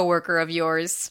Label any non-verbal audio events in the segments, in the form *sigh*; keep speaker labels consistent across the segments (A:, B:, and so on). A: coworker of yours.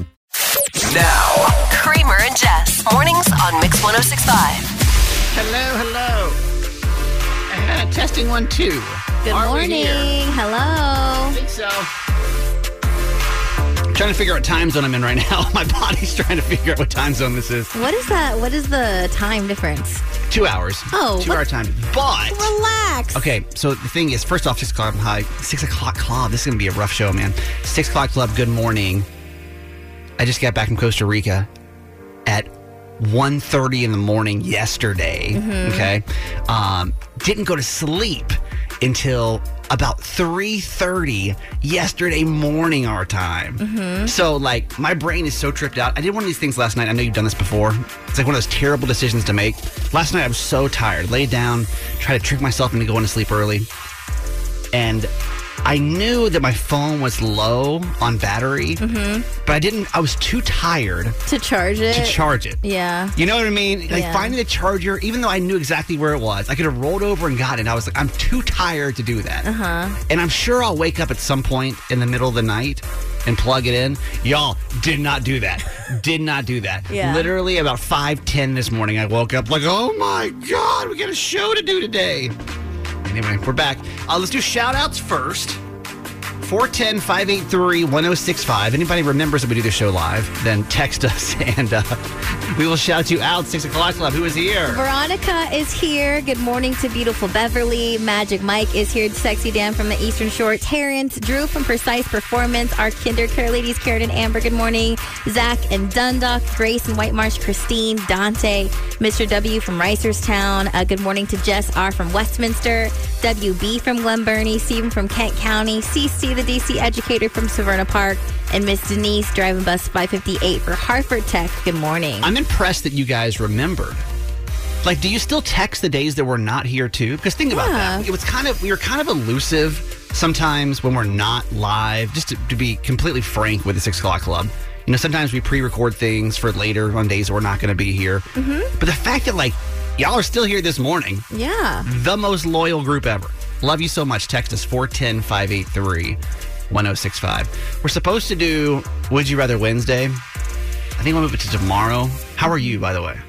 B: Now,
C: Kramer and Jess. Mornings on Mix 1065.
D: Hello, hello. Uh, testing one, two.
E: Good
D: Are we
E: morning.
D: here? I
E: Hello.
D: think so. I'm trying to figure out what time zone I'm in right now. *laughs* My body's trying to figure out what time zone this is.
E: What is that? What is the time difference?
D: Two hours.
E: Oh,
D: Two
E: what-
D: hour time. But.
E: Relax.
D: Okay, so the thing is, first off, six o'clock high, six o'clock club. This is gonna be a rough show, man. Six o'clock club. Good morning. I just got back from Costa Rica at 1.30 in the morning yesterday. Okay, um, didn't go to sleep until about 3.30 yesterday morning our time so like my brain is so tripped out i did one of these things last night i know you've done this before it's like one of those terrible decisions to make last night i was so tired laid down tried to trick myself into going to sleep early and I knew that my phone was low on battery, but I didn't. I was too tired
E: To charge it.
D: to charge it.
E: Yeah.
D: You know what I mean? Like
E: Yeah.
D: finding the charger, even though I knew exactly where it was, I could have rolled over and got it. And I was like, I'm too tired to do that. Uh-huh. And I'm sure I'll wake up at some point in the middle of the night and plug it in. Y'all did not do
E: *laughs*
D: that. did not do that.
E: Yeah.
D: Literally about five ten this morning, I woke up like, oh my God, we got a show to do today. Anyway, we're back. Uh, let's do shout outs first. 410 583 1065. Anybody remembers that we do the show live, then text *laughs* us and uh, we will shout you out. 6 o'clock club. Who is here?
E: Veronica is here. Good morning to beautiful Beverly. Magic Mike is here. Sexy Dan from the Eastern Shore. Terrence, Drew from Precise Performance. Our Kinder Care ladies, Karen and Amber. Good morning. Zach and Dundalk. Grace and White Marsh. Christine, Dante, Mr. W from Ricerstown. Uh, good morning to Jess R from Westminster. WB from Glen Burnie. Stephen from Kent County. CC, the DC educator from Severna Park. And Miss Denise driving bus 558 for Hartford Tech. Good morning.
D: I'm impressed that you guys remembered. Like, do you still text the days that we're not here too? Because think about that.
E: Yeah.
D: It was kind of, we were kind of elusive sometimes when we're not live, just to, to be completely frank with the 6 o'clock club. You know, sometimes we pre record things for later on days that we're not going to be here. But the fact that, like, y'all are still here this morning
E: yeah.
D: the most loyal group ever. Love you so much. Text us 410 583 1065. We're supposed to do Would You Rather Wednesday. I think we'll move it to tomorrow. How are you, by the way?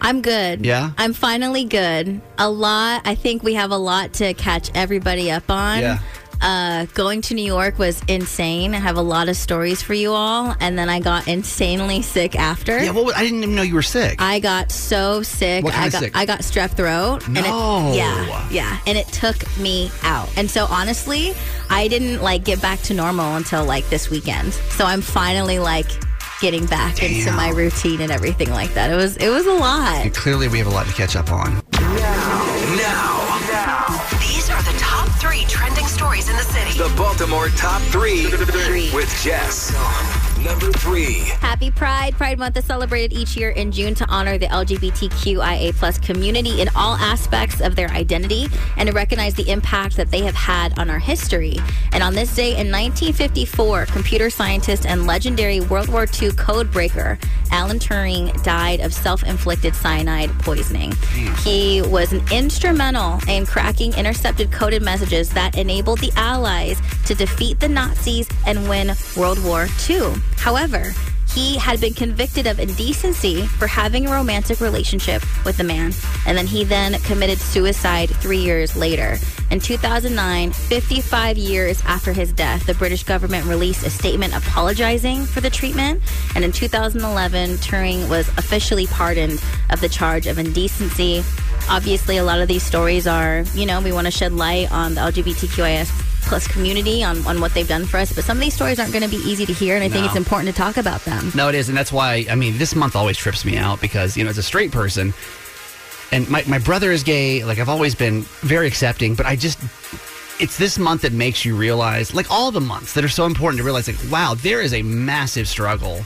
E: I'm good.
D: Yeah?
E: I'm finally good. A lot. I think we have a lot to catch everybody up on.
D: Yeah.
E: Uh, going to New York was insane. I have a lot of stories for you all. And then I got insanely sick after.
D: Yeah, well, I didn't even know you were sick.
E: I got so sick.
D: What kind
E: I
D: of
E: got
D: sick?
E: I got strep throat. And
D: No.
E: it, yeah. Yeah. And it took me out. And so honestly, I didn't like get back to normal until like this weekend. So I'm finally like getting back into
D: Damn.
E: my routine and everything like that. It was it was a lot.
D: and clearly, we have a lot to catch up on.
B: now,
C: These are the top three trending stories in the city.
B: the Baltimore top three with Jess. Number three.
E: Happy Pride. Pride Month is celebrated each year in June to honor the LGBTQIA plus community in all aspects of their identity and to recognize the impact that they have had on our history. And on this day in 1954, computer scientist and legendary World War II code breaker Alan Turing died of self-inflicted cyanide poisoning. He was an instrumental in cracking intercepted coded messages that enabled the Allies to defeat the Nazis and win World War II. However, he had been convicted of indecency for having a romantic relationship with the man and then he then committed suicide three years later In 2009, 55 years after his death, the British government released a statement apologizing for the treatment. And in 2011, Turing was officially pardoned of the charge of indecency. Obviously, a lot of these stories are, you know, we want to shed light on the LGBTQIS plus community on, on what they've done for us. But some of these stories aren't going to be easy to hear, and I think
D: No.
E: it's important to talk about them.
D: No, it is, and that's why I mean this month always trips me out because you know as a straight person, and my my brother is gay. Like I've always been very accepting, but I just it's this month that makes you realize, like all the months that are so important to realize, like wow, there is a massive struggle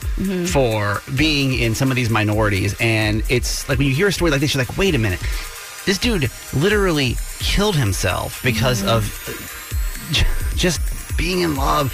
D: for being in some of these minorities, and it's like when you hear a story like this, you're like, wait a minute, this dude literally killed himself because of j- just being in love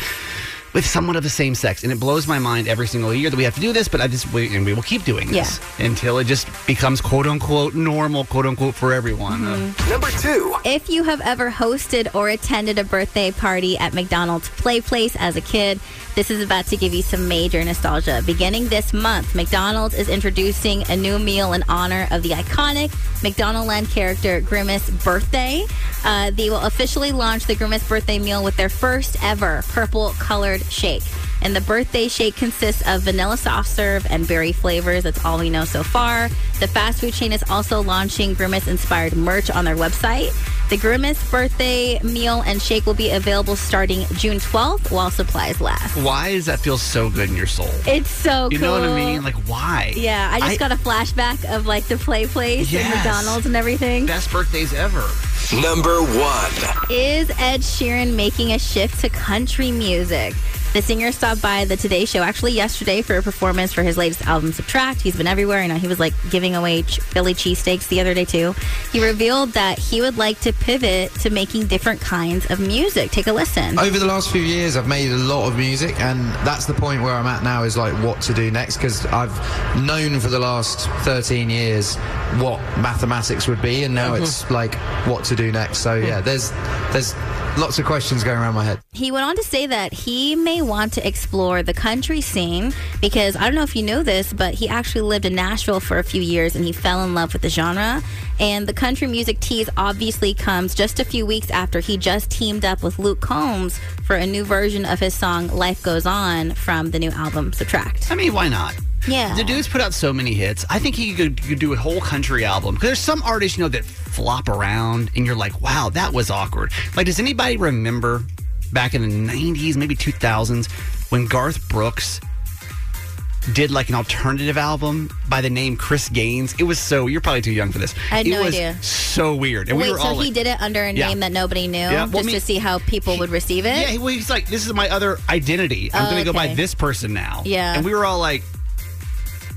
D: with someone of the same sex, and it blows my mind every single year that we have to do this. But I just we, and we will keep doing this until it just becomes quote unquote normal, quote unquote for everyone.
E: Mm-hmm.
B: Number two.
E: If you have ever hosted or attended a birthday party at McDonald's Play Place as a kid, this is about to give you some major nostalgia. Beginning this month, McDonald's is introducing a new meal in honor of the iconic McDonaldland character Grimace Birthday. Uh, they will officially launch the Grimace Birthday meal with their first ever purple colored shake. And the birthday shake consists of vanilla soft serve and berry flavors. That's all we know so far. The fast food chain is also launching Grimace inspired merch on their website. The Grimace birthday meal and shake will be available starting June 12th while supplies last.
D: Why does that feel so good in your soul?
E: It's so
D: you
E: cool.
D: know what I mean? Like why?
E: yeah, I just
D: I-
E: got a flashback of like the play place and
D: Yes.
E: McDonald's and everything.
D: best birthdays ever.
B: Number one.
E: Is Ed Sheeran making a shift to country music? The singer stopped by the Today Show actually yesterday for a performance for his latest album, Subtract. He's been everywhere. I know he was like giving away ch- Philly cheesesteaks the other day, too. He revealed that he would like to pivot to making different kinds of music. Take a listen.
F: Over the last few years, I've made a lot of music, and that's the point where I'm at now is like what to do next because I've known for the last 13 years what mathematics would be, and now it's like what to do next. So yeah, there's there's lots of questions going around my head.
E: He went on to say that he may want to explore the country scene because I don't know if you know this, but he actually lived in Nashville for a few years and he fell in love with the genre. And the country music tease obviously comes just a few weeks after he just teamed up with Luke Combs for a new version of his song Life Goes On from the new album Subtract.
D: I mean, why not?
E: Yeah.
D: The dude's put out so many hits. I think he could, could do a whole country album. 'Cause there's some artists, you know, that flop around and you're like, wow, that was awkward. Like, does anybody remember back in the 90s, maybe 2000s, when Garth Brooks did like an alternative album by the name Chris Gaines? It was so, you're probably too young for this.
E: I had
D: it
E: no
D: was
E: idea.
D: so weird. And we
E: Wait,
D: were
E: so
D: all
E: he
D: like,
E: did it under a
D: Yeah.
E: name that nobody knew
D: Yeah, well,
E: just
D: me-
E: to see how people would receive it?
D: Yeah, he, well, he's like, this is my other identity. I'm
E: Oh,
D: going to go by
E: okay.
D: this person now.
E: Yeah.
D: And we were all like,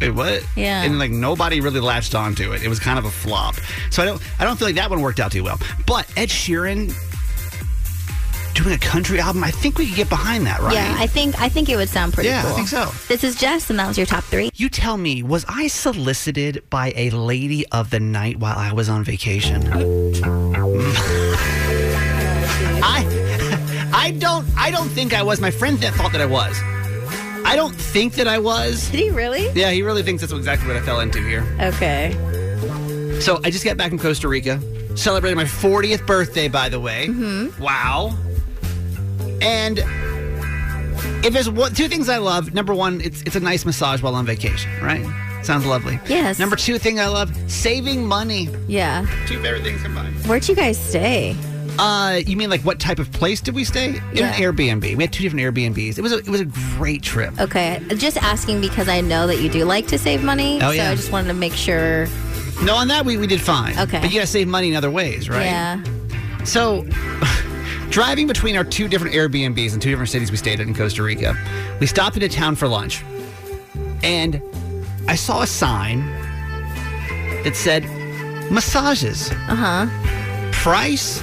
D: Wait, what?
E: Yeah.
D: And like nobody really latched onto it. It was kind of a flop. So I don't I don't feel like that one worked out too well. But Ed Sheeran doing a country album, I think we could get behind that, right?
E: Yeah, I think I think it would sound pretty
D: Yeah, I
E: cool.
D: think so.
E: This is Jess, and that was your top three.
D: you tell me, was I solicited by a lady of the night while I was on vacation? *laughs* I I don't I don't think I was. My friend that thought that I was. I don't think that I was.
E: Did he really?
D: Yeah, he really thinks that's exactly what I fell into here.
E: Okay.
D: So I just got back from Costa Rica, celebrated my 40th birthday, by the way. Mm-hmm. Wow. And if there's one, two things I love, number one, it's it's a nice massage while on vacation, right? Sounds lovely.
E: Yes.
D: Number two thing I love, saving money.
E: Yeah.
D: Two favorite things combined.
E: Where'd you guys stay?
D: Uh, you mean like what type of place did we stay? In
E: Yeah.
D: an Airbnb. We had two different Airbnbs. It was a, it was a great trip.
E: Okay, just asking because I know that you do like to save money.
D: Oh,
E: so
D: yeah.
E: I just wanted to make sure.
D: No, on that we, we did fine.
E: Okay.
D: But you gotta save money in other ways, right?
E: Yeah.
D: So, *laughs* driving between our two different Airbnbs in two different cities we stayed in in Costa Rica, we stopped into town for lunch. And I saw a sign that said massages. Uh huh. Price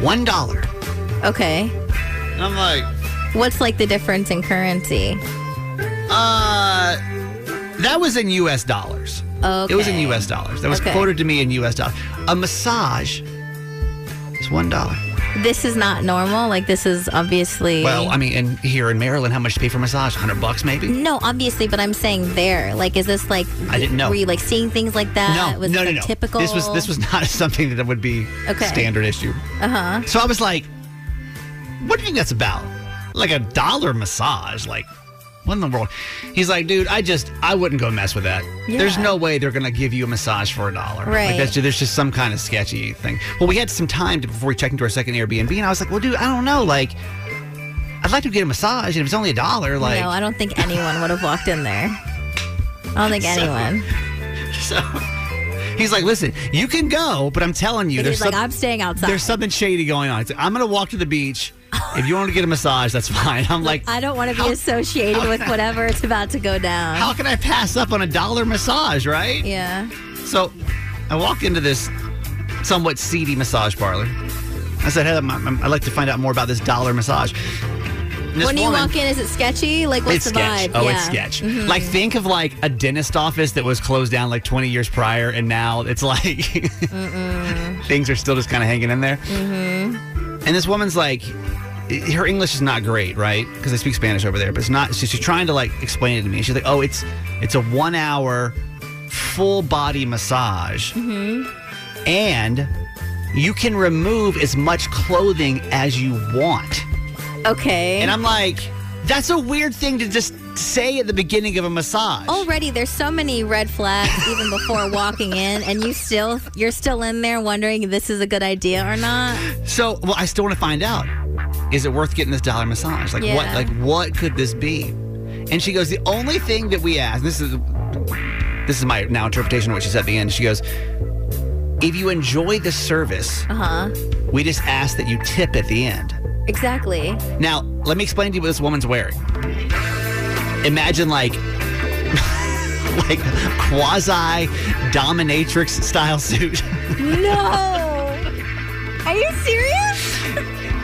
D: $1.
E: Okay.
D: And I'm like,
E: What's like the difference in currency?
D: uh, that was in US dollars.
E: Okay.
D: It was in US dollars. That was
E: Okay.
D: quoted to me in US dollars. A massage is $1.
E: this is not normal. Like this is obviously
D: Well, I mean, and here in Maryland, how much do you pay for a massage? 100 bucks maybe?
E: no, obviously, but I'm saying there. Like, is this like
D: I didn't know.
E: Were you like seeing things like that?
D: no,
E: was
D: no,
E: it,
D: no,
E: like,
D: no.
E: Typical.
D: This was this was not *laughs* something that would be
E: Okay. Uh-huh.
D: standard issue. Uh huh. So I was like, "What do you think that's about? Like a dollar massage? Like what in the world?" He's like, "Dude, I just I wouldn't go mess with that. There's
E: Yeah.
D: no way they're gonna give you a massage for a dollar.
E: Right.
D: Like that's ju- there's just some kind of sketchy thing." Well, we had some time to, before we checked into our second Airbnb, and I was like, "Well, dude, I don't know. Like, I'd like to get a massage, and if it's only a dollar, like."
E: no, I don't think anyone would have walked in there. I don't
D: *laughs*
E: think
D: So-
E: anyone.
D: So he's like, listen, you can go, but I'm telling you,
E: But he's
D: there's
E: like,
D: some-
E: I'm staying outside.
D: there's something shady going on. It's like, I'm going to walk to the beach. If you want to get a massage, that's *laughs* fine. I'm like,
E: I don't want to be
D: how-
E: associated with whatever it's about to go down.
D: how can I pass up on a dollar massage, right?
E: yeah.
D: So I walk into this somewhat seedy massage parlor. I said, hey, I'm- I'm- I'd like to find out more about this dollar massage. And this
E: when you
D: woman-
E: walk in, is it sketchy? Like, what's
D: it's
E: the
D: sketch.
E: vibe?
D: Oh,
E: yeah. Mm-hmm.
D: it's sketch. Like think of like a dentist office that was closed down like 20 years prior, and now it's like *laughs* things are still just kind of hanging in there. Mm-hmm. And this woman's like, i- her English is not great, right? Because they speak Spanish over there, but it's not. So she's trying to like explain it to me. She's like, oh, it's it's a one hour full body massage,
E: Mm-hmm.
D: and you can remove as much clothing as you want.
E: Okay.
D: And I'm like, that's a weird thing to just say at the beginning of a massage.
E: Already, there's so many red flags even before walking in, and you still you're still in there wondering if this is a good idea or not.
D: So, well, I still want to find out. Is it worth getting this dollar massage? Like what
E: Yeah.
D: like what could this be? And she goes, the only thing that we ask, this is this is my now interpretation of what she said at the end. She goes, if you enjoy the service,
E: Uh huh.
D: we just ask that you tip at the end.
E: Exactly.
D: Now, let me explain to you what this woman's wearing. Imagine like *laughs* like quasi dominatrix style suit.
E: No. Are you serious?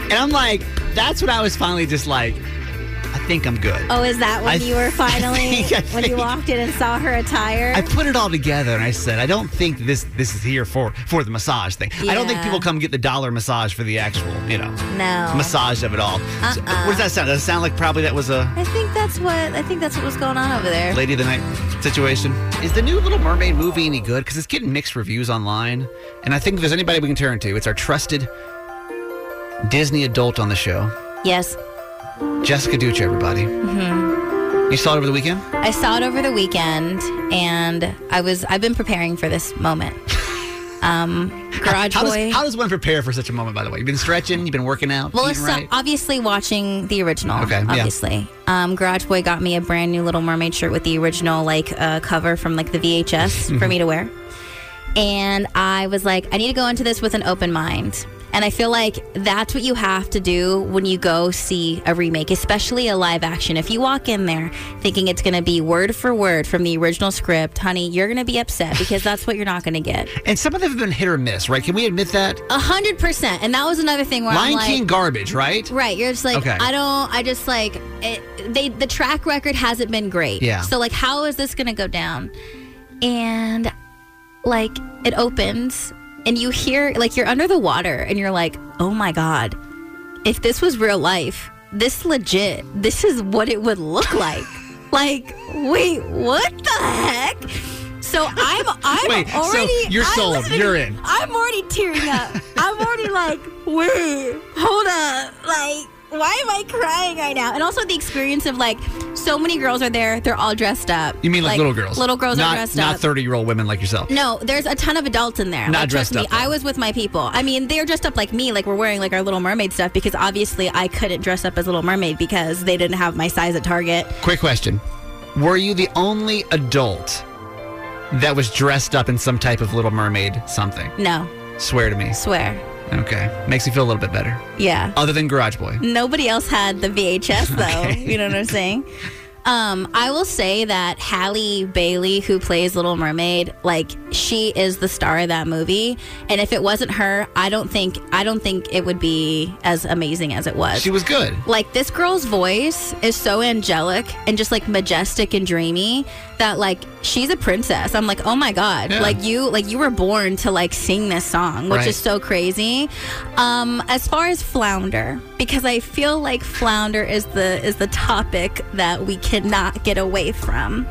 D: And I'm like, that's what I was finally just like, I think I'm good.
E: Oh, is that when
D: I-
E: you were
D: *laughs* I
E: finally
D: think- I
E: when you
D: think-
E: walked in and saw her attire?
D: I put it all together and I said, I don't think this this is here for for the massage thing. I don't think
E: Yeah.
D: people come get the dollar massage for the actual, you know,
E: No.
D: massage of it all. So,
E: Uh-uh.
D: what does that sound? Does it sound like probably that was a
E: I think that's what I think that's what was going on over *laughs* there.
D: Lady of the Night situation? Is the new Little Mermaid movie any good? Because it's getting mixed reviews online. And I think if there's anybody we can turn to, it's our trusted Disney adult on the show,
E: Yes,
D: Jessica Duce, everybody.
E: Mm-hmm.
D: You saw it over the weekend?
E: I saw it over the weekend, and I was I've been preparing for this moment. Um, Garage
D: How
E: Boy.
D: does, how does one prepare for such a moment, by the way? You've been stretching, you've been working out,
E: well,
D: eating
E: it's
D: right.
E: obviously watching the original.
D: Okay, yeah.
E: obviously. Um, Garage Boy got me a brand new Little Mermaid shirt with the original like uh, cover from like the
D: Mm-hmm.
E: VHS for me to wear, and I was like, I need to go into this with an open mind. And I feel like that's what you have to do when you go see a remake, especially a live action. If you walk in there thinking it's going to be word for word from the original script, honey, you're going to be upset because that's what you're not going to get.
D: and some of them have been hit or miss, right? Can we admit that?
E: A hundred percent. And that was another thing where
D: Lion
E: I'm like,
D: King garbage, right?
E: Right. You're just like,
D: Okay.
E: I don't, I just like, it, they, the track record hasn't been great.
D: Yeah.
E: So, like, how is this going to go down? And, like, it opens and you hear, like, you're under the water and you're like, oh my God, if this was real life, this legit, this is what it would
D: *laughs*
E: look like. like, wait, what the heck? So I'm I'm
D: Wait, so
E: already
D: you're
E: I'm
D: sold.
E: listening-
D: You're in.
E: I'm already tearing up. I'm already like, wait, hold up. Like, why am I crying right now? And also the experience of like, so many girls are there. They're all dressed up.
D: You mean like, little girls?
E: Little girls
D: not,
E: are dressed
D: not
E: up.
D: thirty-year-old women like yourself.
E: no, there's a ton of adults in there.
D: Not
E: like, trust
D: dressed
E: me,
D: up, though.
E: I was with my people. I mean, they're dressed up like me, like we're wearing like our Little Mermaid stuff because obviously I couldn't dress up as Little Mermaid because they didn't have my size at Target.
D: Quick question: Were you the only adult that was dressed up in some type of Little Mermaid something?
E: No,
D: Swear to me.
E: swear.
D: Okay, makes me feel a little bit better.
E: Yeah.
D: Other than Garage Boy.
E: Nobody else had the VHS though. You know what I'm saying? Um, I will say that Halle Bailey, who plays Little Mermaid, like she is the star of that movie. And if it wasn't her, I don't think I don't think it would be as amazing as it was.
D: She was good.
E: like this girl's voice is so angelic and just like majestic and dreamy that like she's a princess. I'm like, oh my god,
D: Yeah.
E: like you like you were born to like sing this song, which
D: Right.
E: is so crazy. Um, as far as flounder, because I feel like flounder is the is the topic that we cannot get away from.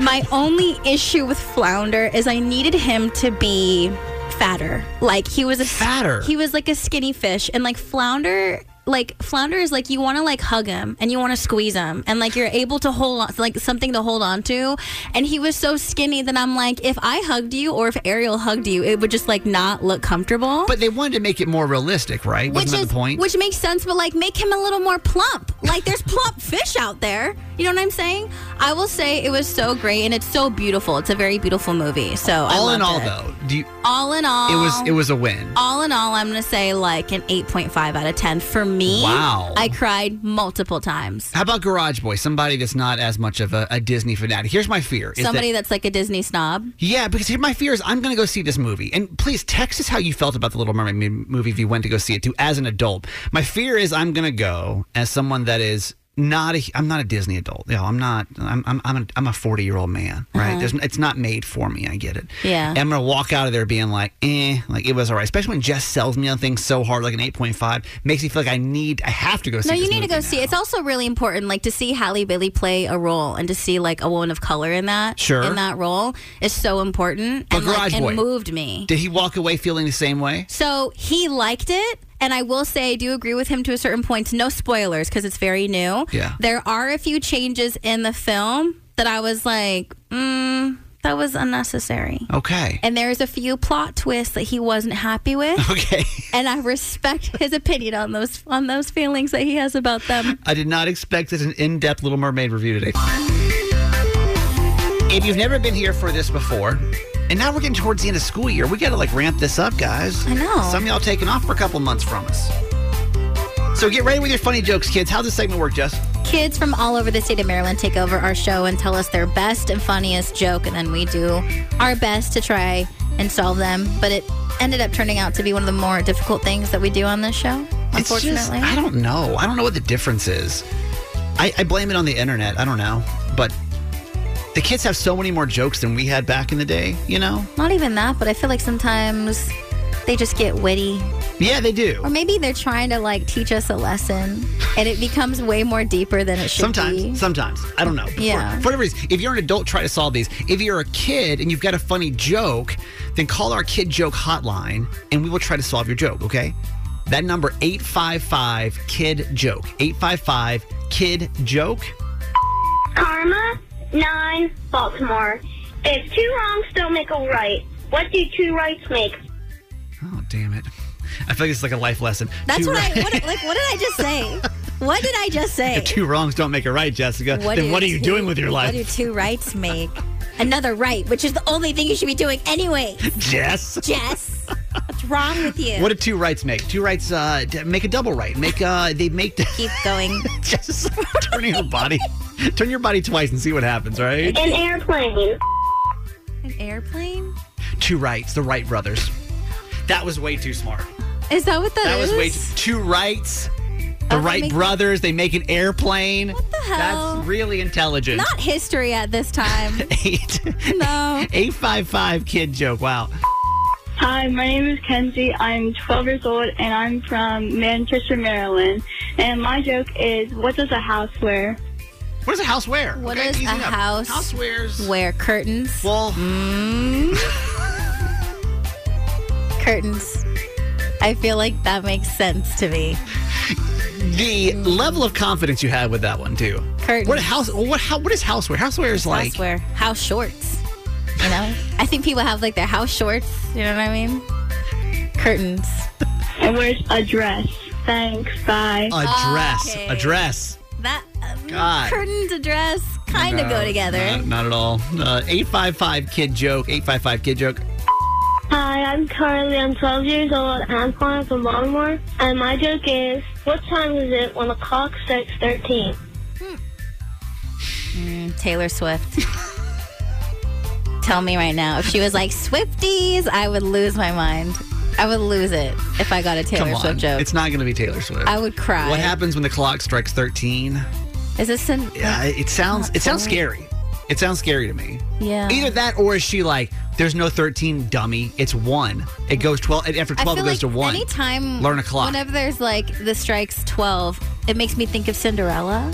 E: My only issue with flounder is I needed him to be fatter. Like he was a
D: Fatter?
E: He was like a skinny fish, and like flounder. Like flounder is like you want to like hug him and you want to squeeze him and like you're able to hold on like something to hold on to, and he was so skinny that I'm like if I hugged you or if Ariel hugged you it would just like not look comfortable.
D: But they wanted to make it more realistic, right? Wasn't that
E: is,
D: the point?
E: Which makes sense, but like make him a little more plump. Like there's plump fish out there. You know what I'm saying? I will say it was so great and it's so beautiful. It's a very beautiful movie. So I
D: all in all,
E: loved it. Um,
D: though, do you,
E: all in all,
D: it was it was a win.
E: all in all. I'm gonna say like an 8.5 out of 10 for me.
D: Wow.
E: I cried multiple times.
D: How about Garage Boy? Somebody that's not as much of a, a Disney fanatic. Here's my fear: is that
E: Somebody that's like a Disney snob.
D: Yeah, because here my fear is I'm going to go see this movie. And please text us how you felt about the Little Mermaid m- movie if you went to go see it too as an adult. My fear is I'm going to go as someone that is not a I'm not a Disney adult. You know, I'm not I'm I'm I'm a, I'm a 40-year-old man, right? There's, it's not made for me, I get it.
E: Uh-huh. Yeah.
D: And I'm going to walk out of there being like, "Eh, like it was all right." Especially when Jess sells me on things so hard like an 8.5 makes me feel like I need I have to go see
E: No, you
D: this
E: need to
D: movie
E: go
D: now.
E: see. It's also really important, like to see Halle Bailey play a role and to see like a woman of color in that
D: Sure.
E: in that role is so important.
D: But
E: and like,
D: Garage
E: it
D: Boy.
E: moved me.
D: Did he walk away feeling the same way?
E: So he liked it. And I will say, I do agree with him to a certain point. No spoilers because it's very new.
D: Yeah.
E: There are a few changes in the film that I was like, mm, that was unnecessary.
D: Okay.
E: And there's a few plot twists that he wasn't happy with.
D: *laughs* Okay.
E: and I respect his opinion on those on those feelings that he has about them.
D: I did not expect an in-depth Little Mermaid review today. If you've never been here for this before, and now we're getting towards the end of school year, we got to like ramp this up, guys.
E: I know.
D: Some of y'all taking off for a couple months from us. So get ready with your funny jokes, kids. How does this segment work, Jess?
E: Kids from all over the state of Maryland take over our show and tell us their best and funniest joke, and then we do our best to try and solve them. But it ended up turning out to be one of the more difficult things that we do on this show, unfortunately.
D: It's just, I don't know. I don't know what the difference is. I, I blame it on the internet. I don't know, but the kids have so many more jokes than we had back in the day. You know?
E: Not even that, but I feel like sometimes they just get witty.
D: Yeah, they do.
E: Or maybe they're trying to like teach us a lesson and it becomes way more deeper than it should
D: Sometimes,
E: be.
D: sometimes. I don't know.
E: Yeah.
D: For, for whatever reason, if you're an adult, try to solve these. If you're a kid and you've got a funny joke, then call our kid joke hotline and we will try to solve your joke, okay? That number, 855 kid joke. 855 kid joke.
G: Karma, nine, Baltimore. If two wrongs don't make a right, what do two rights make?
D: Oh, damn it. I feel like it's like a life lesson.
E: That's
D: Two
E: what
D: ri-
E: I what, like. What did I just say? What did I just say?
D: If *laughs* two wrongs don't make a right, Jessica, then what are you
E: two-
D: doing with your life?
E: What do two rights make? Another right, which is the only thing you should be doing anyway.
D: *laughs*
E: *laughs*
D: Jess?
E: Jess, what's wrong with you?
D: What do two rights make? Two rights uh, d- make a double right. Make uh, they make *laughs*
E: Keep going.
D: just turning your body, turn your body twice and see what happens. Right?
G: An airplane.
E: An airplane?
D: Two rights, the Wright brothers. That was way too smart.
E: Is that what
D: That was
E: is?
D: way too, two rights. The
E: Oh, they
D: Wright
E: make-
D: brothers. They make an airplane. What
E: the hell?
D: That's really intelligent.
E: Not history at this time.
D: *laughs* Eight.
E: No.
D: Eight five five kid joke. Wow.
H: Hi, my name is Kenzie. I'm 12 years old and I'm from Manchester, Maryland. And my joke is, what does a house wear?
D: What does a house wear?
E: What does
D: easy
E: a
D: enough.
E: house
D: House wears.
E: Wear curtains.
D: well,
E: Curtains. I feel like that makes sense to me.
D: the level of confidence you had with that one too.
E: Curtains.
D: What house? What how? What is housewear? Housewear is like
E: Housewear. House shorts. You know? I think people have like their house shorts. You know what I mean? Curtains.
H: It wears a dress. Thanks, bye.
D: a dress.
E: Okay.
D: A dress.
E: That
D: God.
E: um, curtains and dress kind of go together.
D: Not, not at all. Uh, 855 kid joke. 855 kid joke.
G: Hi, I'm Carly. I'm 12 years old and I'm calling from Baltimore. And my joke is, what time is it when the clock strikes 13?
E: Mm, Taylor Swift. *laughs* Tell me right now. If she was like Swifties, I would lose my mind. I would lose it if I got a Taylor
D: Come on.
E: Swift joke.
D: It's not going to be Taylor Swift.
E: I would cry.
D: What happens when the clock strikes 13?
E: Is this an
D: Yeah, it sounds it sounds scary. It sounds scary to me.
E: Yeah.
D: Either that or is she like, there's no 13, dummy. It's one. It goes 12. And after 12, it goes to one.
E: Anytime
D: Learn a clock.
E: Whenever there's like the strikes twelve, it makes me think of Cinderella.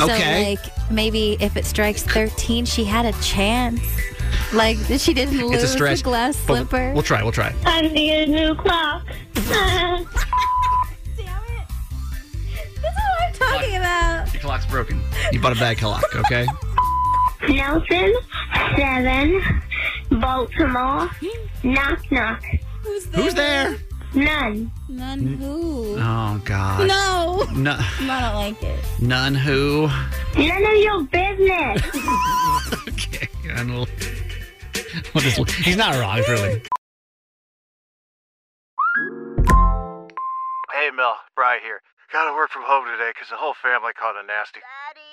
D: Okay.
E: So like maybe if it strikes thirteen, she had a chance. Like *laughs* she didn't lose
D: it's a stretch.
E: the glass
D: but
E: slipper.
D: We'll, we'll try. We'll
E: *laughs*
D: try.
G: Time to get a new clock. *laughs* Damn it.
E: That's all I'm talking about.
D: Your clock's broken. You bought a bad clock, okay?
G: Nelson, seven, Baltimore, knock knock,
D: Who's there?
G: none.
E: None who.
D: Oh, God.
E: No. *laughs*
D: No,
E: I don't like it.
D: none who. *laughs*
G: None of your business.
D: Okay. And we'll, we'll just, he's not wrong, really.
I: Hey, Mel, Bry here. Gotta work from home today 'cause the whole family caught a nasty. Daddy!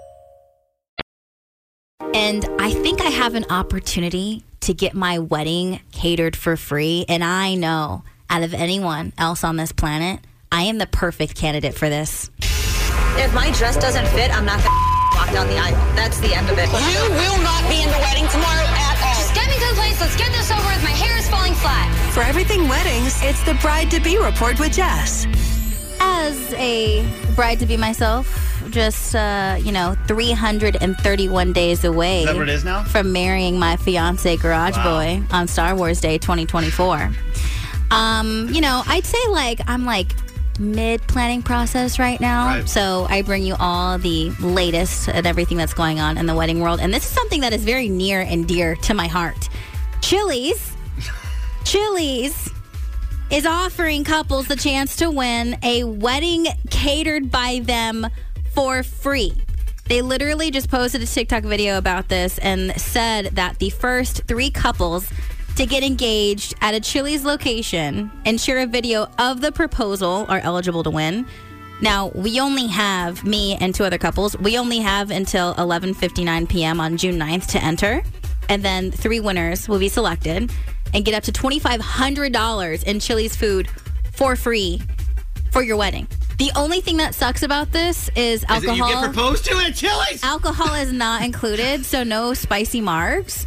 E: And I think I have an opportunity to get my wedding catered for free. And I know out of anyone else on this planet, I am the perfect candidate for this.
J: If my dress doesn't fit, I'm not gonna *laughs* walk down the aisle. That's the end of it. You will not be in the wedding tomorrow at all. Just get me to the place. Let's get this over with. My hair is falling flat.
K: For everything weddings, it's the Bride to Be Report with Jess.
E: As a bride to be myself, just, uh, you know, 331 days away
D: Is that what it is now?
E: from marrying my fiance, Garage
D: Wow.
E: Boy, on Star Wars Day 2024. Um, you know, I'd say like I'm like mid planning process right now.
L: Right.
E: So I bring you all the latest and everything that's going on in the wedding world. And this is something that is very near and dear to my heart. Chili's, Chili's is offering couples the chance to win a wedding catered by them for free. They literally just posted a TikTok video about this and said that the first three couples to get engaged at a Chili's location and share a video of the proposal are eligible to win. Now, we only have me and two other couples. We only have until 11:59 p.m. on June 9th to enter, and then three winners will be selected and get up to $2,500 in Chili's food for free for your wedding. The only thing that sucks about this is
D: that you
E: alcohol.
D: get proposed to at Chili's?
E: Alcohol is not included, so no spicy marks,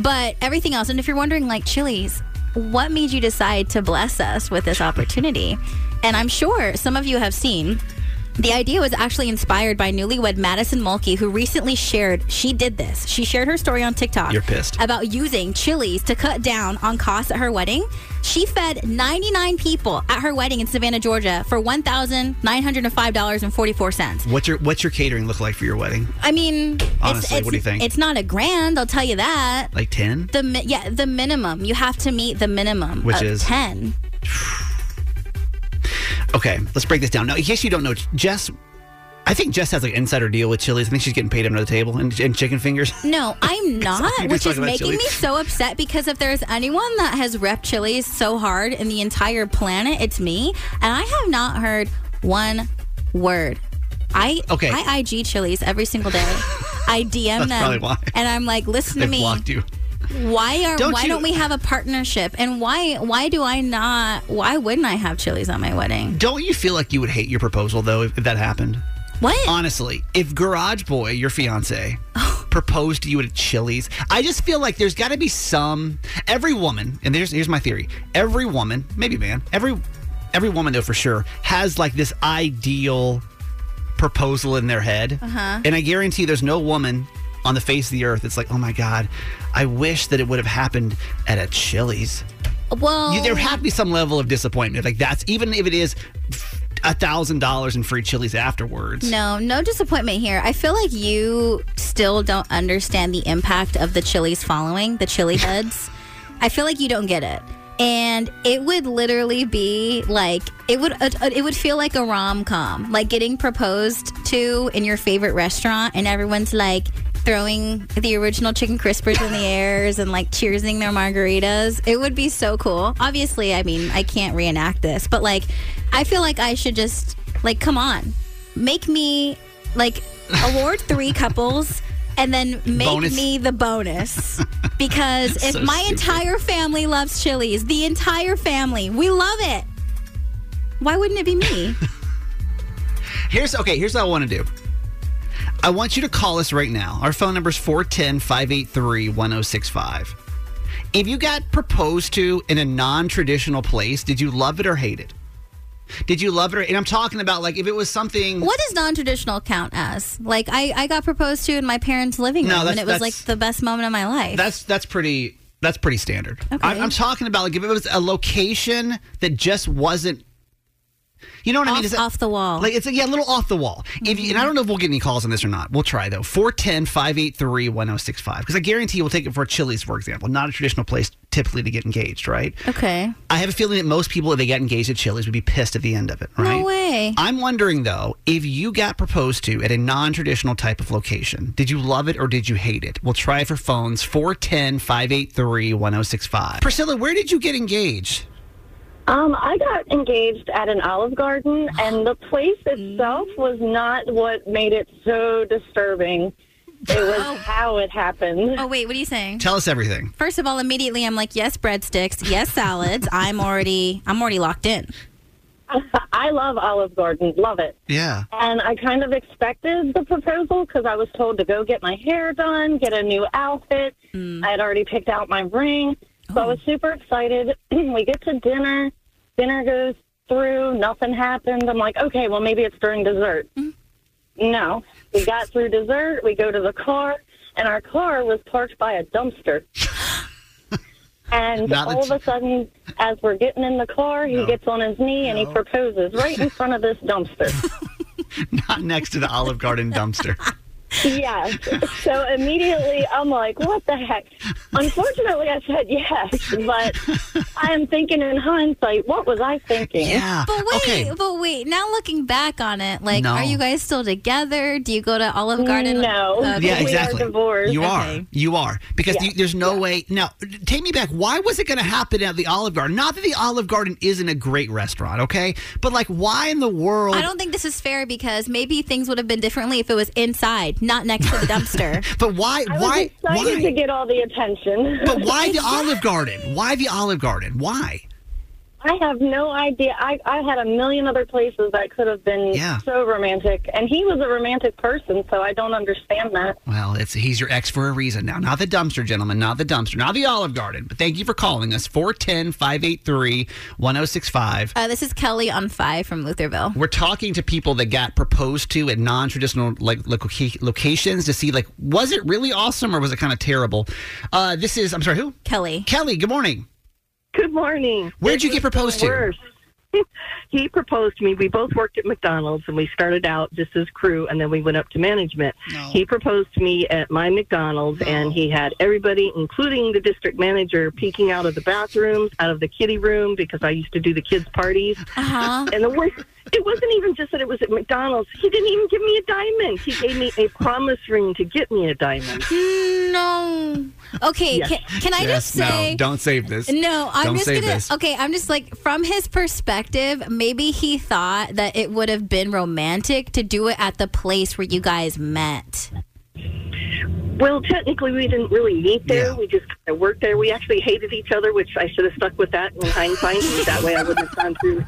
E: but everything else. And if you're wondering, like Chili's, what made you decide to bless us with this opportunity? And I'm sure some of you have seen. The idea was actually inspired by newlywed Madison Mulkey, who recently shared she did this. She shared her story on TikTok
D: You're pissed.
E: about using Chili's to cut down on costs at her wedding. She fed 99 people at her wedding in Savannah, Georgia for $1,905.44.
D: What's your What's your catering look like for your wedding?
E: I mean, it's-
D: Honestly,
E: it's,
D: what do you think?
E: It's not a grand, I'll tell you that.
D: Like ten?
E: The mi- yeah, the minimum you have to meet the minimum,
D: Which
E: of
D: is?
E: ten.
D: Okay, let's break this down. Now, in case you don't know, Jess, I think Jess has like insider deal with Chili's. I think she's getting paid under the table and, and chicken fingers. *laughs*
E: No, I'm
D: Sorry,
E: not, which
D: we're
E: is
D: talking about
E: making
D: Chili's.
E: me so upset because if there's anyone that has repped Chili's so hard in the entire planet, it's me. And I have not heard one word. I
D: Okay.
E: I IG Chili's every
D: *laughs*
E: single day. I DM
D: That's probably
E: them
D: why.
E: and I'm like, listen
D: they
E: to me.
D: blocked you.
E: Why are
D: Don't
E: why
D: you-
E: don't we have a partnership? And why why do I not why wouldn't I have Chili's on my wedding?
D: Don't you feel like you would hate your proposal though if, if that happened?
E: What?
D: Honestly, if Garage Boy, your fiance, proposed to you at a Chili's, I just feel like there's got to be some every woman, and here's here's my theory: every woman, maybe man, every every woman though for sure has like this ideal proposal in their head,
E: Uh-huh.
D: and I guarantee there's no woman on the face of the earth that's like, oh my god, I wish that it would have happened at a Chili's.
E: Well,
D: You- there had to be some level of disappointment. Like that's even if it is a thousand dollars in free chilies afterwards.
E: No, no disappointment here. I feel like you still don't understand the impact of the Chili's following, the Chili heads. I feel like you don't get it. And it would literally be like it would uh, it would feel like a rom com, like getting proposed to in your favorite restaurant, and everyone's like throwing the original chicken crispers in the airs and like cheersing their margaritas. It would be so cool. Obviously, I mean, I can't reenact this, but like, I feel like I should just like come on, make me like award three couples and then make
L: Bonus.
E: me the bonus because if
L: So
E: my
L: stupid.
E: entire family loves chilies the entire family we love it why wouldn't it be me
D: Here's okay, here's what I want to do. I want you to call us right now. Our phone number is 410-583-1065. If you got proposed to in a non-traditional place, did you love it or hate it? Did you love it or and I'm talking about like if it was something
E: what does non-traditional count as like i, I got proposed to in my parents living
D: No,
E: room and
D: that's-
E: it was like
D: that's-
E: the best moment of my life
D: That's that's pretty that's pretty standard. I'm, I'm talking about like if it was a location that just wasn't. You know what I mean?
E: Off-
D: Is it-
E: off the wall.
D: Like it's yeah, a little off the wall. If you, and I don't know if we'll get any calls on this or not. We'll try though. 410-583-1065. Because I guarantee we'll take it for Chili's, for example. Not a traditional place typically to get engaged, right?
E: okay
D: I have a feeling that most people, if they got engaged at Chili's, would be pissed at the end of it,
E: no
D: right?
E: way
D: I'm wondering though, if you got proposed to at a non traditional type of location, did you love it or did you hate it? We'll try for phones 410 583 1065. Priscilla, where did you get engaged?
L: *laughs* Um, I got engaged at an Olive Garden, and the place itself was not what made it so disturbing. It was
G: Oh.
L: how it happened. *laughs*
E: oh wait what are you saying
D: Tell us everything.
E: First of all, immediately I'm like, yes, breadsticks, yes, salads. I'm already, I'm already locked in.
L: I love Olive Garden, love it.
D: Yeah.
L: And I kind of expected the proposal because I was told to go get my hair done, get a new outfit. I had already picked out my ring. So I was super excited. *clears throat* we get to dinner. Dinner goes through. Nothing happens. I'm like, okay, well, maybe it's during dessert. No. We got through dessert. We go to the car, and our car was parked by a dumpster. And
M: Not
L: all of
M: that
L: a sudden, as we're getting in the car, he
D: No.
L: gets on his knee and he proposes right in front of this dumpster.
D: *laughs* Not next to the Olive Garden
E: *laughs*
D: dumpster.
L: yes. So immediately I'm like, what the heck? Unfortunately, I said yes, but I am thinking in hindsight, what was I thinking?
D: Yeah.
E: But wait, but wait. Now looking back on it, like,
D: No.
E: are you guys still together? Do you go to Olive Garden? Uh,
L: No.
E: Okay.
D: Yeah, exactly. You are. You are. Because
E: Yeah.
D: you, there's no way. Now, take me back. Why was it going to happen at the Olive Garden? Not that the Olive Garden isn't a great restaurant, okay? But like, why in the world?
E: I don't think this is fair because maybe things would have been differently if it was inside, not next to the
D: *laughs*
E: dumpster.
D: But why?
L: I was
D: why?
L: excited
D: why?
L: to get all the attention.
D: But why the Olive Garden? Why the Olive Garden? Why?
L: *laughs* I have no idea. I, I had a million other places that could have been
D: Yeah.
L: so romantic. And he was a romantic person, so I don't understand that.
D: Well, it's he's your ex for a reason now. Not the dumpster, gentlemen. Not the dumpster. Not the Olive Garden. But thank you for calling us 410-583-1065.
E: Uh, this is Kelly on five from Lutherville.
D: We're talking to people that got proposed to at non-traditional like loca- locations to see like was it really awesome or was it kind of terrible? Uh, this is I'm sorry, who?
E: Kelly.
D: Kelly, good morning.
M: Good morning.
D: Where'd you get proposed to?
M: Worse. *laughs* he proposed to me. We both worked at McDonald's and we started out just as crew and then we went up to management. He proposed to me at my McDonald's and he had everybody, including the district manager, peeking out of the bathrooms, out of the kiddie room because I used to do the kids' parties.
D: *laughs*
E: Uh-huh.
M: And the worst, it wasn't even just that it was at McDonald's. He didn't even give me a diamond. He gave me a promise ring to get me a diamond.
E: No. Okay,
M: Yes.
E: can, can I
D: Jess,
E: just say
D: no, don't save this.
E: No, I'm
D: don't
E: just
D: save
E: gonna.
D: this.
E: Okay, I'm just like from his perspective. Maybe he thought that it would have been romantic to do it at the place where you guys met.
M: Well, technically, we didn't really meet there. We just kind of worked there. We actually hated each other, which I should have stuck with that in hindsight. *laughs* that way, I wouldn't have gone through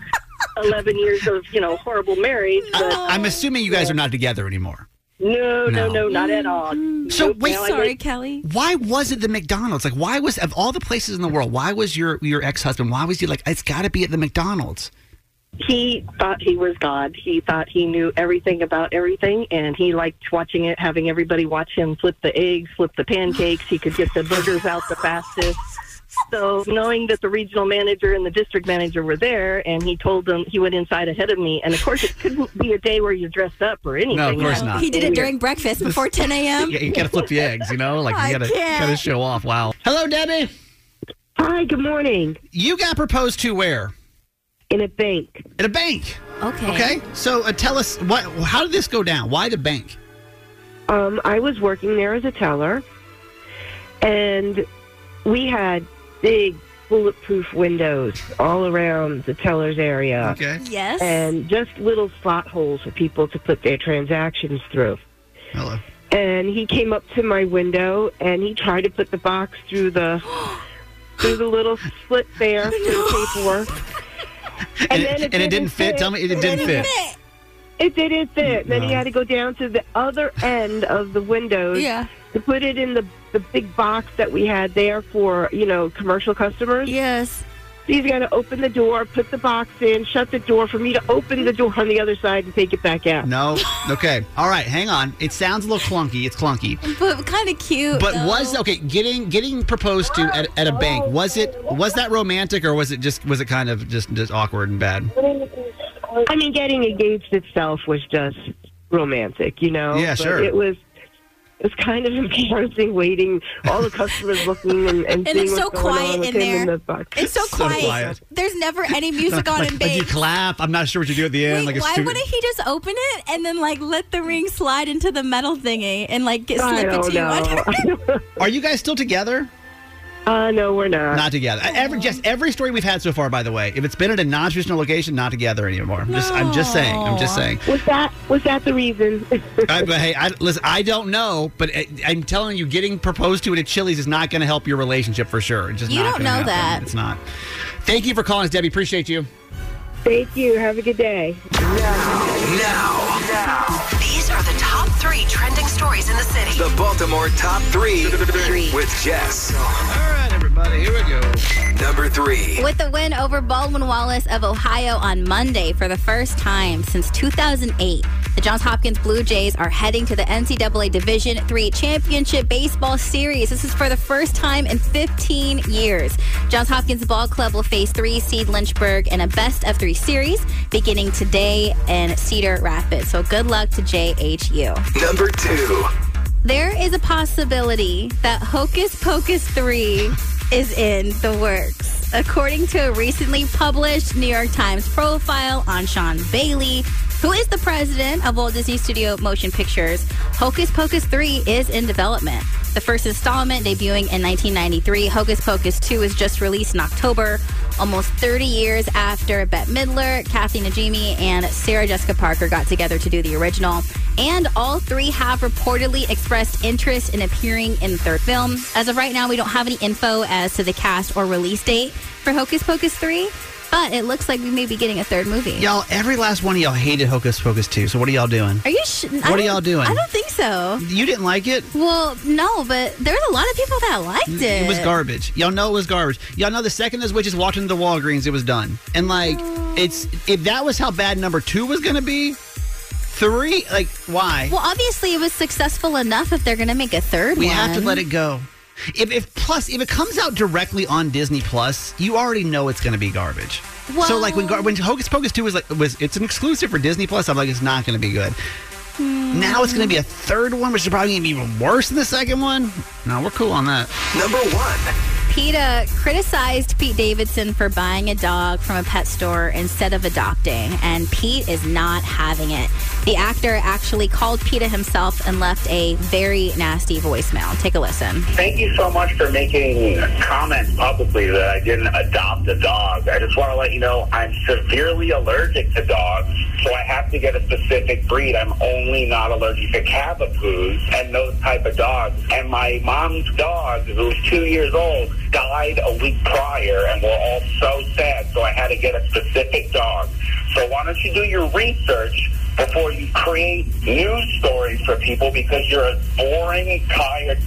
M: eleven years of you know horrible marriage. But
D: I'm assuming you guys are not together anymore.
M: no, no, no,
D: No.
M: not at all.
D: So
M: Nope,
D: wait,
L: Oh,
M: now I get-
E: Kelly.
D: Why was it the McDonald's? Like, why was of all the places in the world? Why was your your ex husband? Why was he like? It's got to be at the McDonald's.
M: He thought he was God. He thought he knew everything about everything, and he liked watching it, having everybody watch him flip the eggs, flip the pancakes. He could get the burgers out the fastest. So, knowing that the regional manager and the district manager were there, and he told them he went inside ahead of me, and of course, it couldn't be a day where you're dressed up or anything.
D: course not.
E: He did it during breakfast before 10 a.m.
D: Yeah, you gotta flip the eggs. You know, like
E: I
D: you gotta
E: can't.
D: gotta show off. Wow. Hello, Debbie.
N: Hi. Good morning.
D: You got proposed to where?
N: In a bank.
D: At a bank.
E: Okay.
D: Okay. So uh, tell us what? How did this go down? Why the bank?
N: Um, I was working there as a teller, and we had big bulletproof windows all around the teller's area.
D: Okay.
E: Yes.
N: And just little slot holes for people to put their transactions through.
D: Hello.
N: And he came up to my window and he tried to put the box through the through the little slit there for the paperwork.
D: And, it- and it didn't fit. Tell me, it didn't, fit.
N: It didn't fit. Then he
D: No.
N: had to go down to the other end of the windows
D: Yeah.
N: to put it in the the big box that we had there for you know commercial customers.
E: Yes.
N: He's got to open the door, put the box in, shut the door for me to open the door on the other side and take it back out.
D: No. Okay. All right. Hang on. It sounds a little clunky. It's clunky.
E: But kind of cute.
D: But
E: though.
D: was okay getting getting proposed to at, at a bank? Was it was that romantic or was it just was it kind of just just awkward and bad?
N: I mean, getting engaged itself was just romantic, you know.
D: Yeah,
N: But
D: sure.
N: It was. It was kind of *laughs* embarrassing waiting, all the customers looking and,
E: And
N: and, seeing
E: it's so
N: what's going on
E: quiet
N: with
E: in
N: him
E: there.
N: in the box.
E: It's so,
D: So
E: quiet.
D: quiet.
E: There's never any music
D: *laughs*
E: on
D: like,
E: in
D: like you
E: bank.
D: clap. I'm not sure what you do at the end. like it's
E: Why
D: too-
E: wouldn't he just open it and then like let the ring slide into the metal thingy and like get
D: I
E: slip it
D: don't
E: *laughs* to you?
D: know.
E: Under?
D: Are you guys still together?
N: *laughs* Uh, no, we're not.
D: Not together. Every just every story we've had so far, by the way, if it's been at a non-traditional location, not together anymore. I'm Just I'm just saying. I'm just saying.
N: Was that was that the reason? *laughs*
D: I, but hey, I, listen, I don't know, but I, I'm telling you, getting proposed to at a Chili's is not going to help your relationship for sure. It's just
N: You
D: not
N: don't
D: gonna
N: know
D: happen.
N: that.
D: It's not. Thank you for calling us, Debbie. Appreciate you.
N: Thank you. Have a good day.
B: Now,
C: These are the top three trending stories in the city.
B: the Baltimore top three with Jess. All right,
D: everybody, here we go.
B: Number three.
E: With the win over Baldwin Wallace of Ohio on Monday for the first time since 2008, the Johns Hopkins Blue Jays are heading to the NCAA Division III Championship Baseball Series. This is for the first time in 15 years. Johns Hopkins Ball Club will face three seed Lynchburg in a best of three series beginning today in Cedar Rapids. So good luck to JHU.
B: Number two.
E: There is a possibility that Hocus Pocus 3 is in the works. According to a recently published New York Times profile on Sean Bailey, who is the president of Walt Disney Studio Motion Pictures, Hocus Pocus 3 is in development. The first installment, debuting in 1993, Hocus Pocus 2 was just released in October, almost 30 years after Bette Midler, Kathy Najimy, and Sarah Jessica Parker got together to do the original. And all three have reportedly expressed interest in appearing in the third film. As of right now, we don't have any info as to the cast or release date for Hocus Pocus 3, but it looks like we may be getting a third movie.
D: Y'all, every last one of y'all hated Hocus Pocus 2. So what are y'all doing?
E: Are you? Sh- I
D: What are
E: don't-
D: y'all doing?
E: I don't think so.
D: You didn't like it?
E: Well, no, but there's a lot of people that liked it.
D: It was garbage. Y'all know it was garbage. Y'all know the second those witches walked into the Walgreens, it was done. And like, it's if that was how bad number two was going to be, three like why?
E: Well, obviously, it was successful enough. If they're going to make a third
D: we
E: one,
D: have to let it go. If, if plus if it comes out directly on Disney Plus, you already know it's going to be garbage. so like when gar- when Hocus Pocus two was like was it's an exclusive for Disney Plus, I'm like it's not going to be good.
E: Hmm.
D: Now it's going to be a third one, which is probably going to be even worse than the second one. No, we're cool on that.
B: Number one.
E: PETA criticized Pete Davidson for buying a dog from a pet store instead of adopting, and Pete is not having it. The actor actually called PETA himself and left a very nasty voicemail. Take a listen.
O: Thank you so much for making comments publicly that I didn't adopt a dog. I just want to let you know I'm severely allergic to dogs, so I have to get a specific breed. I'm only not allergic to cavapoos and those type of dogs. And my mom's dog, who was two years old, died a week prior, and we're all so sad, so I had to get a specific dog. So why don't you do your research before you create news stories for people because you're a boring, tired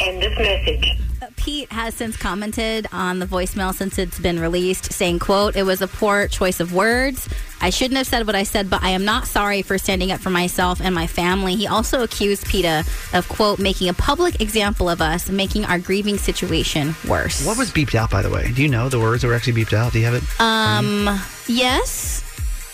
E: And this message. Pete has since commented on the voicemail since it's been released, saying, quote, it was a poor choice of words. I shouldn't have said what I said, but I am not sorry for standing up for myself and my family. He also accused PETA of, quote, making a public example of us, making our grieving situation worse.
D: What was beeped out, by the way? Do you know the words that were actually beeped out? Do you have it?
E: Um, yes.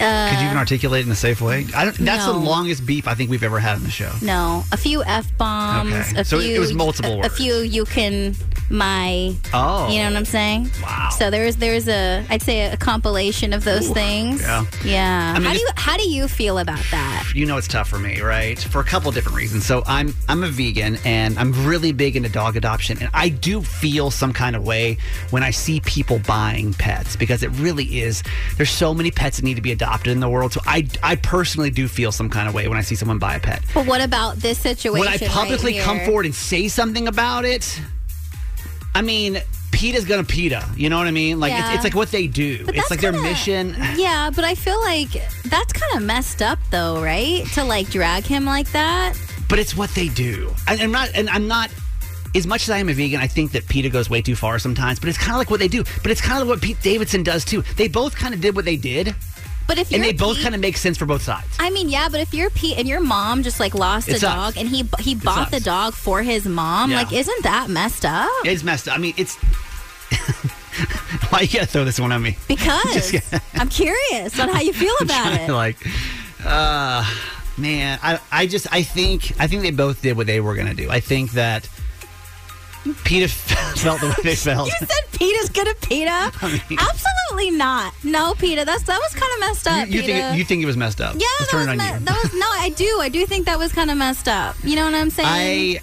E: Uh,
D: Could you even articulate it in a safe way? I don't, that's
E: No.
D: the longest beep I think we've ever had on the show.
E: No, a few f bombs.
D: Okay.
E: A
D: So it-
E: few,
D: it was multiple
E: a,
D: words.
E: A few you can my.
D: Oh.
E: You know what I'm saying? Wow. So there's there's a I'd say a compilation of those things.
D: yeah.
E: Yeah.
D: I mean,
E: how do
D: it's-
E: you how do you feel about that?
D: you know it's tough for me, right? For a couple of different reasons. So I'm I'm a vegan and I'm really big into dog adoption and I do feel some kind of way when I see people buying pets because it really is there's so many pets that need to be adopted in the world. So I I personally do feel some kind of way when I see someone buy a pet.
E: But what about this situation?
D: When I publicly
E: right
D: come
E: here?
D: forward and say something about it, I mean, PETA's gonna PETA. You know what I mean? Like
E: Yeah.
D: it's, it's like what they do.
E: But
D: it's
E: that's
D: like their
E: kinda-
D: mission.
E: Yeah, but I feel like that's kind of messed up, though, right? To like drag him like that.
D: but it's what they do. And I'm not, and I'm not. As much as I am a vegan, I think that PETA goes way too far sometimes. But it's kind of like what they do. But it's kind of what Pete Davidson does too. They both kind of did what they did.
E: But if
D: and
E: you're
D: they both
E: Pete-
D: kind of make sense for both sides.
E: I mean, yeah, but if you're Pete and your mom just like lost
D: It
E: a
D: sucks.
E: dog and he he bought the
D: sucks.
E: dog for his mom,
D: Yeah.
E: like isn't that messed up?
D: *laughs* It's messed up. I mean, it's why you gotta throw this one at me?
E: Because
D: Just kidding.
E: I'm curious on how you feel
D: *laughs* I'm
E: about
D: trying
E: it.
D: to, Like, uh, man, I, I just, I think, I think they both did what they were gonna do. I think that PETA *laughs* felt the way they felt.
E: *laughs* You said Peter's gonna
D: *laughs*
E: Peter? Absolutely not. No, Peter, that's that was kind of messed up.
D: you, you think
E: Peter.
D: it, you think it was messed up?
E: yeah,
D: Let's
E: that
D: turn
E: was,
D: it on
E: me-
D: you.
E: that was no. I do. I do think that was kind of messed up. You know what I'm saying?
D: I,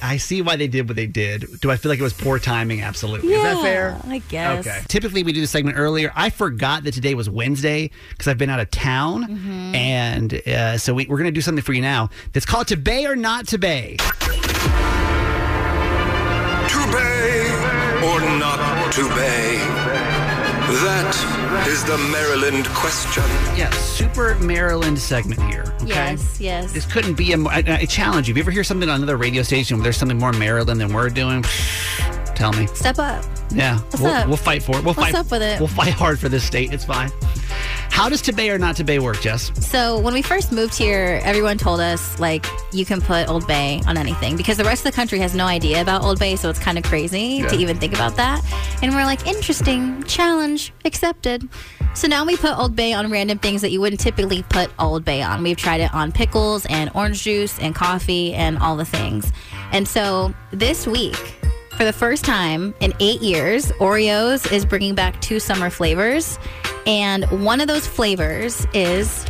D: I I see why they did what they did. Do I feel like it was poor timing? Absolutely. Is that fair?
E: I guess.
D: Okay. Typically, we do this segment earlier. I forgot that today was Wednesday because I've been out of town, and uh, so we, we're going to do something for you now. That's called "To Bay or Not To Bay."
B: To bay or not to bay? That is the Maryland question.
D: Yeah, Super Maryland segment here. Okay?
E: Yes. Yes.
D: This couldn't be a. mo- I, I challenge you. If you ever hear something on another radio station where there's something more Maryland than we're doing, tell me.
E: Step up.
D: Yeah,
E: What's
D: we'll,
E: up?
D: we'll fight for it. We'll
E: What's
D: fight
E: up with it?
D: We'll fight hard for this state. It's fine. How does to bay or not to bay work, Jess?
E: So when we first moved here, everyone told us like you can put Old Bay on anything because the rest of the country has no idea about Old Bay, so it's kind of crazy to
P: Yeah.
E: even think about that. And we're like, interesting challenge accepted. So now we put Old Bay on random things that you wouldn't typically put Old Bay on. We've tried it on pickles and orange juice and coffee and all the things. And so this week, for the first time in eight years, Oreos is bringing back two summer flavors. And one of those flavors is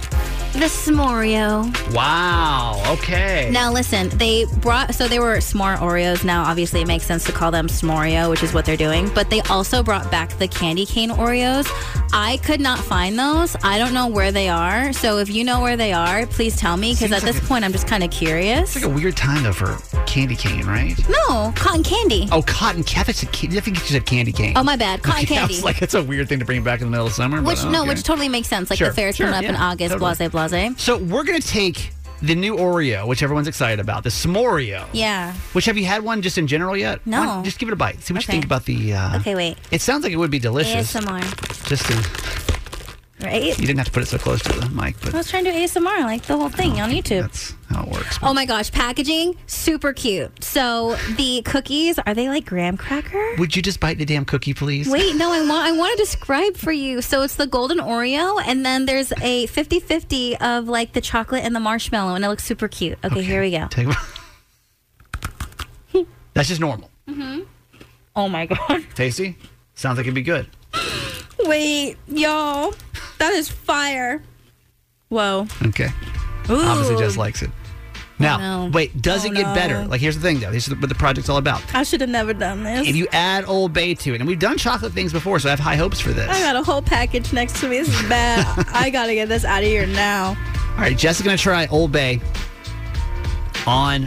E: the S'moreo.
D: Wow. Okay.
E: Now, listen, they brought, so they were S'more Oreos. Now, obviously, it makes sense to call them S'moreo, which is what they're doing. But they also brought back the candy cane Oreos. I could not find those. I don't know where they are. So if you know where they are, please tell me because
D: Seems
E: at
D: like
E: this
D: a-
E: point, I'm just kind of curious.
D: It's like a weird time though for candy cane, right?
E: no, cotton candy.
D: Oh, cotton candy. I think you said candy cane.
E: Oh, my bad. Cotton
D: Okay, *laughs* I
E: candy.
D: was like, that's a weird thing to bring back in the middle of summer.
E: Which
D: but
E: no,
D: okay.
E: which totally makes sense. Like
D: Sure,
E: the fair is
D: sure,
E: coming up in
D: yeah,
E: August.
D: totally.
E: Blase, blase.
D: So we're gonna take the new Oreo, which everyone's excited about, the S'moreo.
E: Yeah.
D: Which have you had one just in general yet?
E: No.
D: Why don't- just give it a bite. See what
E: Okay.
D: you think about the. Uh,
E: Okay, wait.
D: It sounds like it would be delicious.
E: ASMR.
D: Just in.
E: Right?
D: You didn't have to put it so close to the mic,
E: I
D: but
E: was trying to do ASMR, like the whole thing on YouTube. That's
D: how it works.
E: Oh my gosh, packaging, super cute. So the cookies, are they like graham cracker?
D: would you just bite the damn cookie, please?
E: Wait, no, I want I want to describe for you. So it's the golden Oreo and then there's a 50-50 of like the chocolate and the marshmallow and it looks super cute. Okay, here we go.
D: Take *laughs* That's just normal.
E: Mhm. Oh my god.
D: Tasty? Sounds like it'd be good.
E: Wait, y'all. *laughs* That is fire. Whoa.
D: Okay.
E: Ooh.
D: Obviously, just likes it. Now,
E: no.
D: wait, does
E: Oh,
D: it get
E: no.
D: better? Like, here's the thing, though. Here's what the project's all about.
E: I should have never done this.
D: If you add Old Bay to it, and we've done chocolate things before, so I have high hopes for this.
E: I got a whole package next to me. This is bad. *laughs* I gotta get this out of here now.
D: All right, Jessica's going to try Old Bay on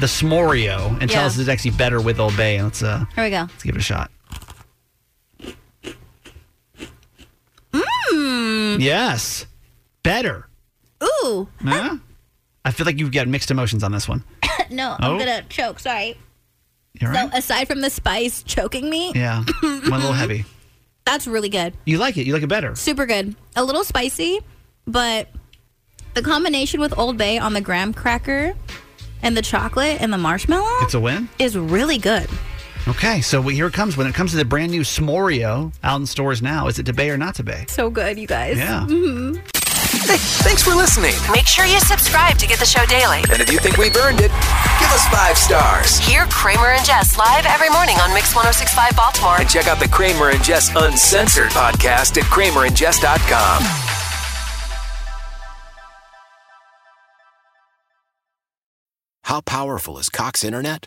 D: the S'morio and tell
E: Yeah.
D: us if it's actually better with Old Bay. Let's, uh,
E: Here we go.
D: let's give it a shot.
E: Mmm.
D: Yes. Better.
E: Ooh.
D: Huh? I feel like you've got mixed emotions on this one.
E: no,
D: Oh.
E: I'm gonna choke. Sorry.
D: You're right.
E: So aside from the spice choking me,
D: Yeah. Went a little heavy.
E: that's really good.
D: You like it. You like it better.
E: Super good. A little spicy, but the combination with Old Bay on the graham cracker and the chocolate and the marshmallow
D: It's a win.
E: is really good.
D: Okay, so we- here it comes. When it comes to the brand new S'morio out in stores now, is it to bay or not to bay?
E: So good, you guys.
D: Yeah.
E: Mhm.
C: thanks for listening. Make sure you subscribe to get the show daily.
D: And if you think we've earned it,
C: Give us five stars. Hear Kramer and Jess live every morning on Mix 1065 Baltimore.
P: And check out the Kramer and Jess Uncensored podcast at kramerandjess.com.
Q: How powerful is Cox Internet?